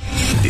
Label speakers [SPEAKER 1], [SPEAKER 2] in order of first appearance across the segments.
[SPEAKER 1] The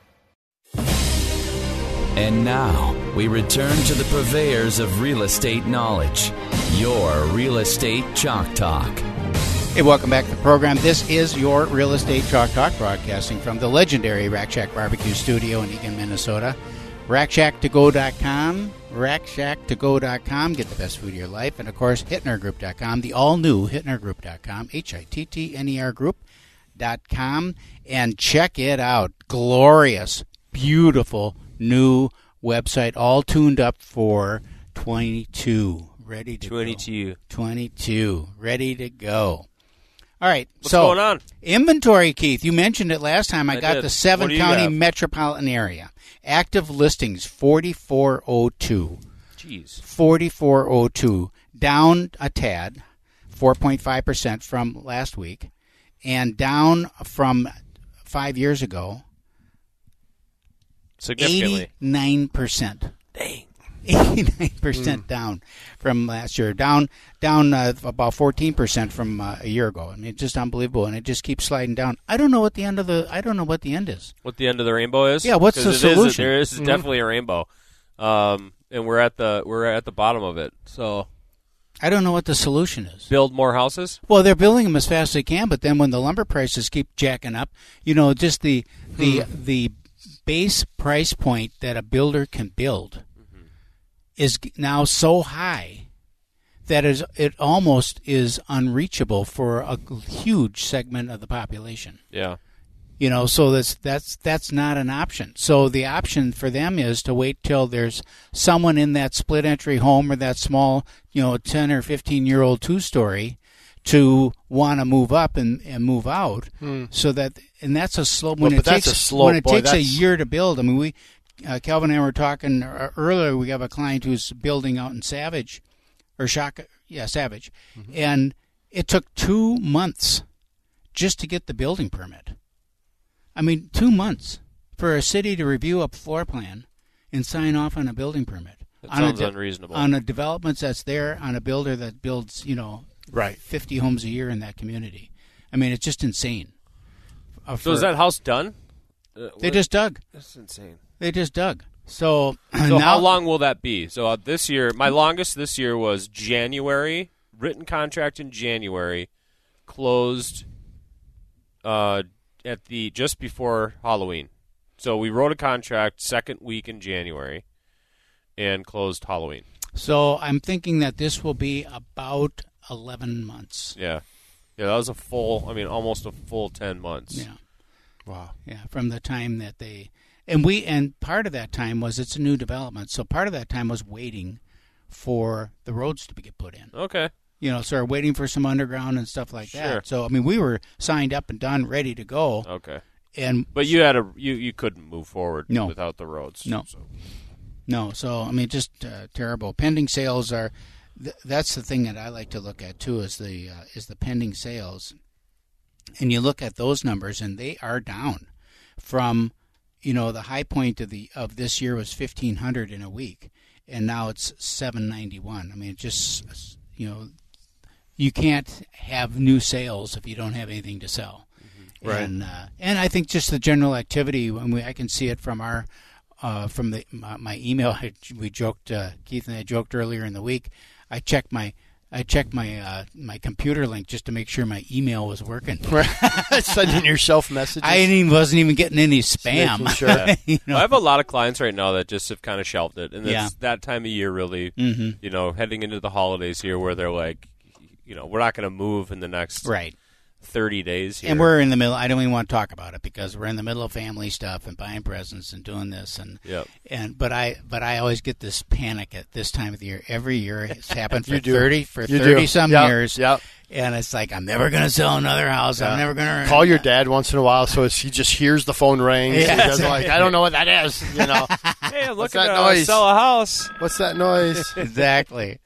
[SPEAKER 2] And now we return to the purveyors of real estate knowledge, your real estate chalk talk.
[SPEAKER 3] Hey, welcome back to the program. This is your Real Estate Chalk Talk broadcasting from the legendary Rack Shack Barbecue Studio in Eagan, Minnesota. RackShackToGo.com, RackShackToGo.com, get the best food of your life, and of course, HittnerGroup.com, the all new HittnerGroup.com, H I T T N E R Group.com, and check it out. Glorious, beautiful new website, all tuned up for 22. Ready to go.
[SPEAKER 4] 22.
[SPEAKER 3] 22. Ready to go. All right.
[SPEAKER 4] What's
[SPEAKER 3] so
[SPEAKER 4] going on?
[SPEAKER 3] inventory, Keith. You mentioned it last time. I,
[SPEAKER 4] I
[SPEAKER 3] got
[SPEAKER 4] did.
[SPEAKER 3] the seven
[SPEAKER 4] What do you
[SPEAKER 3] county
[SPEAKER 4] have?
[SPEAKER 3] metropolitan area. Active listings forty four oh two.
[SPEAKER 4] Jeez.
[SPEAKER 3] 4402 down a tad 4.5% from last week and down from 5 years ago
[SPEAKER 4] Significantly.
[SPEAKER 3] 89%. Dang. 89% down from last year. Down down uh, about 14% from uh, a year ago. I mean it's just unbelievable and it just keeps sliding down. I don't know what the end of the I don't know what the end is.
[SPEAKER 4] What the end of the rainbow is?
[SPEAKER 3] Yeah, what's
[SPEAKER 4] 'Cause
[SPEAKER 3] the
[SPEAKER 4] it is a-
[SPEAKER 3] solution? Mm-hmm.
[SPEAKER 4] there is definitely a rainbow, um, and we're at the we're at the bottom of it. So
[SPEAKER 3] I don't know what the solution is.
[SPEAKER 4] build more houses.
[SPEAKER 3] Well, they're building them as fast as they can, but then when the lumber prices keep jacking up, you know, just the the the base price point that a builder can build is g- now so high that is it almost is unreachable for a g- huge segment of the population.
[SPEAKER 4] Yeah.
[SPEAKER 3] You know, so that's that's that's not an option. So the option for them is to wait till there's someone in that split entry home or that small, you know, ten or fifteen year old two story to want to move up and, and move out. So that and that's a slow when
[SPEAKER 5] Hmm. Well,
[SPEAKER 3] it
[SPEAKER 5] but that's
[SPEAKER 3] takes
[SPEAKER 5] a slow-
[SPEAKER 3] when it
[SPEAKER 5] boy,
[SPEAKER 3] takes a
[SPEAKER 5] that's-
[SPEAKER 3] year to build. I mean, we uh, Calvin and I were talking uh, earlier. We have a client who's building out in Savage or Shock, yeah, Savage,
[SPEAKER 5] Mm-hmm.
[SPEAKER 3] and it took two months just to get the building permit. I mean, two months for a city to review a floor plan and sign off on a building permit.
[SPEAKER 4] That
[SPEAKER 3] on a
[SPEAKER 4] sounds
[SPEAKER 3] de-
[SPEAKER 4] unreasonable.
[SPEAKER 3] On a development that's there, on a builder that builds, you know,
[SPEAKER 5] Right.
[SPEAKER 3] 50 homes a year in that community. I mean, it's just insane. Uh,
[SPEAKER 4] So is
[SPEAKER 3] for-
[SPEAKER 4] that house done? Uh,
[SPEAKER 3] they just dug.
[SPEAKER 4] that's insane.
[SPEAKER 3] They just dug. So,
[SPEAKER 4] So
[SPEAKER 3] now,
[SPEAKER 4] how long will that be? So uh, this year, my longest this year was January. Written contract in January, closed uh, at the just before Halloween. So we wrote a contract second week in January, and closed Halloween.
[SPEAKER 3] So I'm thinking that this will be about 11 months.
[SPEAKER 4] Yeah, yeah, that was a full. I mean, almost a full ten months.
[SPEAKER 3] Yeah.
[SPEAKER 5] Wow.
[SPEAKER 3] Yeah, from the time that they and we and part of that time was it's a new development. So part of that time was waiting for the roads to be get put in.
[SPEAKER 4] Okay.
[SPEAKER 3] You know, sort of waiting for some underground and stuff like
[SPEAKER 4] Sure.
[SPEAKER 3] that. So I mean, we were signed up and done, ready to go,
[SPEAKER 4] Okay.
[SPEAKER 3] and
[SPEAKER 4] But you had a you you couldn't move forward
[SPEAKER 3] No.
[SPEAKER 4] without the roads.
[SPEAKER 3] No.
[SPEAKER 4] So.
[SPEAKER 3] No, so I mean, just uh, terrible. Pending sales are. Th- that's the thing that I like to look at too is the uh, is the pending sales, and you look at those numbers and they are down from, you know, the high point of the of this year was fifteen hundred in a week, and now it's seven ninety one. I mean, it just you know, you can't have new sales if you don't have anything to sell.
[SPEAKER 5] Right.
[SPEAKER 3] And, uh, and I think just the general activity when we I can see it from our uh, from the my, my email I, we joked uh, Keith and I joked earlier in the week. I checked my I checked my uh, my computer link just to make sure my email was working.
[SPEAKER 5] Sending yourself messages.
[SPEAKER 3] I didn't even, wasn't even getting any spam.
[SPEAKER 5] Making sure.
[SPEAKER 3] you know?
[SPEAKER 4] I have a lot of clients right now that just have kind of shelved it, and it's
[SPEAKER 3] Yeah. Mm-hmm.
[SPEAKER 4] that time of year, really. You know, heading into the holidays here, where they're like, you know, we're not going to move in the next
[SPEAKER 3] Right.
[SPEAKER 4] 30 days here.
[SPEAKER 3] And we're in the middle. I don't even want to talk about it because we're in the middle of family stuff and buying presents and doing this and
[SPEAKER 4] Yep.
[SPEAKER 3] and but I but I always get this panic at this time of the year. Every year it's happened for
[SPEAKER 5] You do.
[SPEAKER 3] thirty for
[SPEAKER 5] You do.
[SPEAKER 3] thirty some
[SPEAKER 5] Yep,
[SPEAKER 3] years.
[SPEAKER 5] yep.
[SPEAKER 3] And it's like I'm never going to sell another house. I'm never going to
[SPEAKER 5] Call your dad once in a while, so it's, he just hears the phone ring.
[SPEAKER 3] Yeah.
[SPEAKER 5] he doesn't like, I don't know what that is. You know,
[SPEAKER 4] hey, I'm
[SPEAKER 5] What's
[SPEAKER 4] looking
[SPEAKER 5] that
[SPEAKER 4] to uh,
[SPEAKER 5] noise?
[SPEAKER 4] sell a house.
[SPEAKER 5] what's that noise?
[SPEAKER 3] exactly.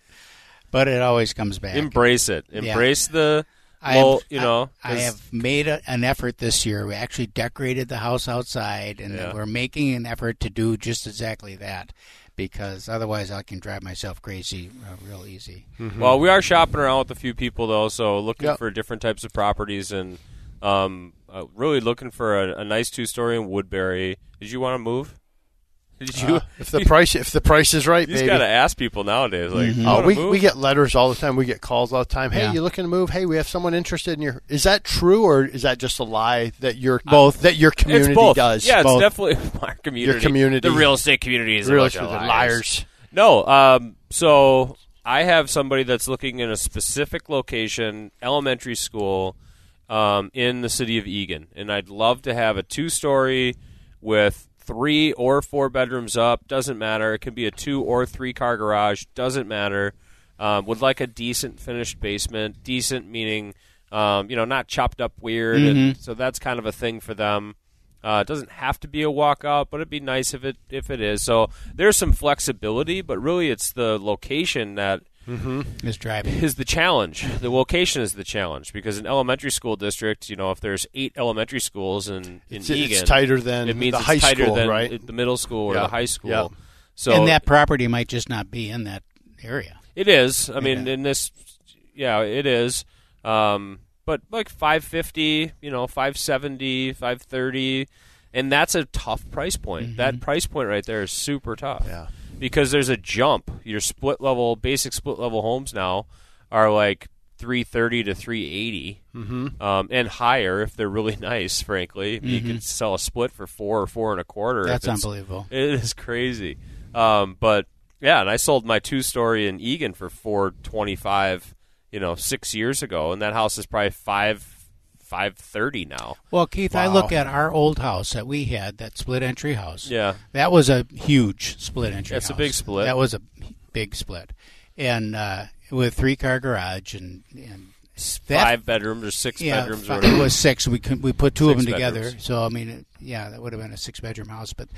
[SPEAKER 3] But it always comes back.
[SPEAKER 4] Embrace it. Embrace the
[SPEAKER 3] I have-
[SPEAKER 4] low, you know.
[SPEAKER 3] I, I
[SPEAKER 4] 'cause-
[SPEAKER 3] have made a, an effort this year. We actually decorated the house outside, and
[SPEAKER 4] Yeah.
[SPEAKER 3] we're making an effort to do just exactly that because otherwise I can drive myself crazy uh, real easy.
[SPEAKER 5] Hmm.
[SPEAKER 4] Mm-hmm. Well, we are shopping around with a few people though, so looking
[SPEAKER 5] Yep.
[SPEAKER 4] for different types of properties and um, uh, really looking for a, a nice two-story in Woodbury. Did you want to move?
[SPEAKER 5] Uh,
[SPEAKER 4] Did you?
[SPEAKER 5] if the price, if the price is right,
[SPEAKER 4] you just
[SPEAKER 5] baby.
[SPEAKER 4] gotta ask people nowadays. Like, you
[SPEAKER 5] Oh,
[SPEAKER 4] wanna
[SPEAKER 5] we,
[SPEAKER 4] move?
[SPEAKER 5] we get letters all the time. We get calls all the time. Hey,
[SPEAKER 3] Yeah.
[SPEAKER 5] you looking to move? Hey, we have someone interested in your. Is that true or is that just a lie that your Uh, both that your community
[SPEAKER 4] it's both.
[SPEAKER 5] does?
[SPEAKER 4] Yeah, it's
[SPEAKER 5] Both.
[SPEAKER 4] definitely our community.
[SPEAKER 5] community.
[SPEAKER 4] the real estate community is a
[SPEAKER 5] Real
[SPEAKER 4] bunch of
[SPEAKER 5] estate- they're liars.
[SPEAKER 4] No, um, so I have somebody that's looking in a specific location, elementary school, um, in the city of Eagan, and I'd love to have a two-story with three or four bedrooms up. Doesn't matter. It can be a two or three-car garage. Doesn't matter. Um, would like a decent finished basement. Decent meaning, um, you know, not chopped up weird. And so that's kind of a thing for them. Uh, it doesn't have to be a walkout, but it'd be nice if it if it is. So there's some flexibility, but really it's the location that
[SPEAKER 3] Is driving.
[SPEAKER 4] is the challenge. The location is the challenge because an elementary school district, you know, if there's eight elementary schools in in
[SPEAKER 5] It's-
[SPEAKER 4] Eagan,
[SPEAKER 5] it's tighter than
[SPEAKER 4] it means
[SPEAKER 5] the
[SPEAKER 4] it's
[SPEAKER 5] high
[SPEAKER 4] tighter
[SPEAKER 5] school,
[SPEAKER 4] than
[SPEAKER 5] right?
[SPEAKER 4] it- The middle school or
[SPEAKER 5] Yeah,
[SPEAKER 4] the high school.
[SPEAKER 5] yeah.
[SPEAKER 4] So
[SPEAKER 3] and that property might just not be in that area.
[SPEAKER 4] it is. I mean,
[SPEAKER 3] Yeah.
[SPEAKER 4] in this, yeah, it is. Um, but like 550, you know, 570, 530, and that's a tough price point. That price point right there is super tough.
[SPEAKER 5] Yeah.
[SPEAKER 4] Because there's a jump. Your split level, basic split level homes now are like 330 to 380 mm-hmm. um, and higher if they're really nice, frankly. You can sell a split for four or four and a quarter. if
[SPEAKER 3] That's
[SPEAKER 4] it's-
[SPEAKER 3] unbelievable.
[SPEAKER 4] it is crazy. Um, but yeah, and I sold my two story in Egan for four twenty five, you know, six years ago, and that house is probably five five thirty now.
[SPEAKER 3] Well, Keith, I look at our old house that we had, that split entry house.
[SPEAKER 4] Yeah.
[SPEAKER 3] That was a huge split entry.
[SPEAKER 4] That's a
[SPEAKER 3] house.
[SPEAKER 4] big split.
[SPEAKER 3] That was a big split, and uh, with three car garage and and that-
[SPEAKER 4] five bedrooms or six
[SPEAKER 3] yeah,
[SPEAKER 4] bedrooms
[SPEAKER 3] fi-
[SPEAKER 4] or
[SPEAKER 3] it
[SPEAKER 4] whatever.
[SPEAKER 3] was six. We could, we put two of them
[SPEAKER 4] Six
[SPEAKER 3] together.
[SPEAKER 4] bedrooms.
[SPEAKER 3] So I mean, it, yeah, that would have been a six bedroom house, but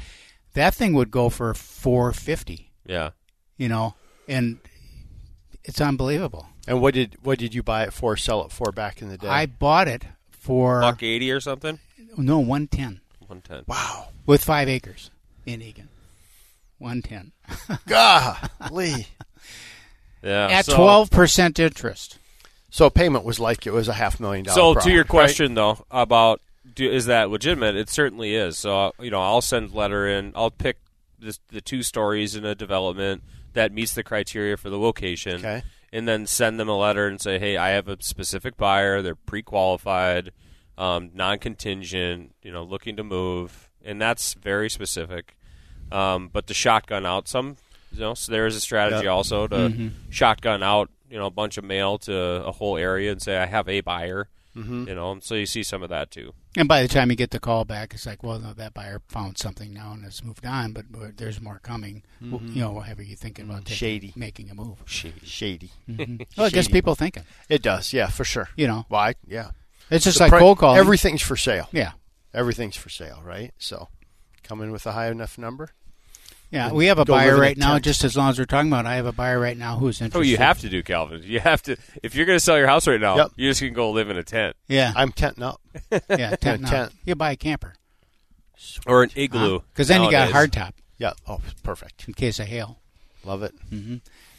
[SPEAKER 3] that thing would go for four fifty.
[SPEAKER 4] yeah.
[SPEAKER 3] You know, and it's unbelievable.
[SPEAKER 5] And what did what did you buy it for? Sell it for back in the day?
[SPEAKER 3] I bought it for
[SPEAKER 4] Buck eighty or something?
[SPEAKER 3] no one ten
[SPEAKER 4] One ten.
[SPEAKER 3] with five acres in Egan. One ten
[SPEAKER 5] golly.
[SPEAKER 4] Yeah.
[SPEAKER 3] at
[SPEAKER 4] so-
[SPEAKER 3] twelve percent interest.
[SPEAKER 5] So payment was like it was a half million dollars.
[SPEAKER 4] So to your question though about do, is that legitimate? It certainly is. So uh, you know, I'll send letter in. I'll pick this, the two stories in a development that meets the criteria for the location,
[SPEAKER 5] Okay.
[SPEAKER 4] and then send them a letter and say, hey, I have a specific buyer. They're pre-qualified, um, non-contingent. You know, looking to move, and that's very specific. Um, but to shotgun out some, you know, so there is a strategy also to shotgun out, you know, a bunch of mail to a whole area and say, I have a buyer, you know, and so you see some of that too.
[SPEAKER 3] And by the time you get the call back, it's like, well, no, that buyer found something now and has moved on, but but there's more coming. W You know, whatever you thinking about taking,
[SPEAKER 5] Mm-hmm. Shady.
[SPEAKER 3] making a move.
[SPEAKER 5] shady.
[SPEAKER 3] Well, it gets people thinking.
[SPEAKER 5] It does, yeah, for sure.
[SPEAKER 3] You know,
[SPEAKER 5] Why? Yeah.
[SPEAKER 3] it's just
[SPEAKER 5] The
[SPEAKER 3] like
[SPEAKER 5] pri-
[SPEAKER 3] cold calling.
[SPEAKER 5] Everything's for sale.
[SPEAKER 3] yeah,
[SPEAKER 5] Everything's for sale, right? So come in with a high enough number.
[SPEAKER 3] yeah. We have a
[SPEAKER 5] Go live
[SPEAKER 3] buyer
[SPEAKER 5] in a
[SPEAKER 3] right now.
[SPEAKER 5] tent.
[SPEAKER 3] Just as long as we're talking about, it, I have a buyer right now who's interested.
[SPEAKER 4] Oh, you have to do, Calvin. You have to. If you're going to sell your house right now,
[SPEAKER 5] Yep.
[SPEAKER 4] you just can go live in a tent
[SPEAKER 3] Yeah,
[SPEAKER 5] I'm tenting up.
[SPEAKER 3] yeah. Tent now.
[SPEAKER 5] tent.
[SPEAKER 3] You buy a camper
[SPEAKER 4] or an igloo.
[SPEAKER 3] because then you got
[SPEAKER 4] nowadays.
[SPEAKER 3] hardtop
[SPEAKER 5] Yeah. Oh, perfect.
[SPEAKER 3] in case of hail.
[SPEAKER 5] Love it.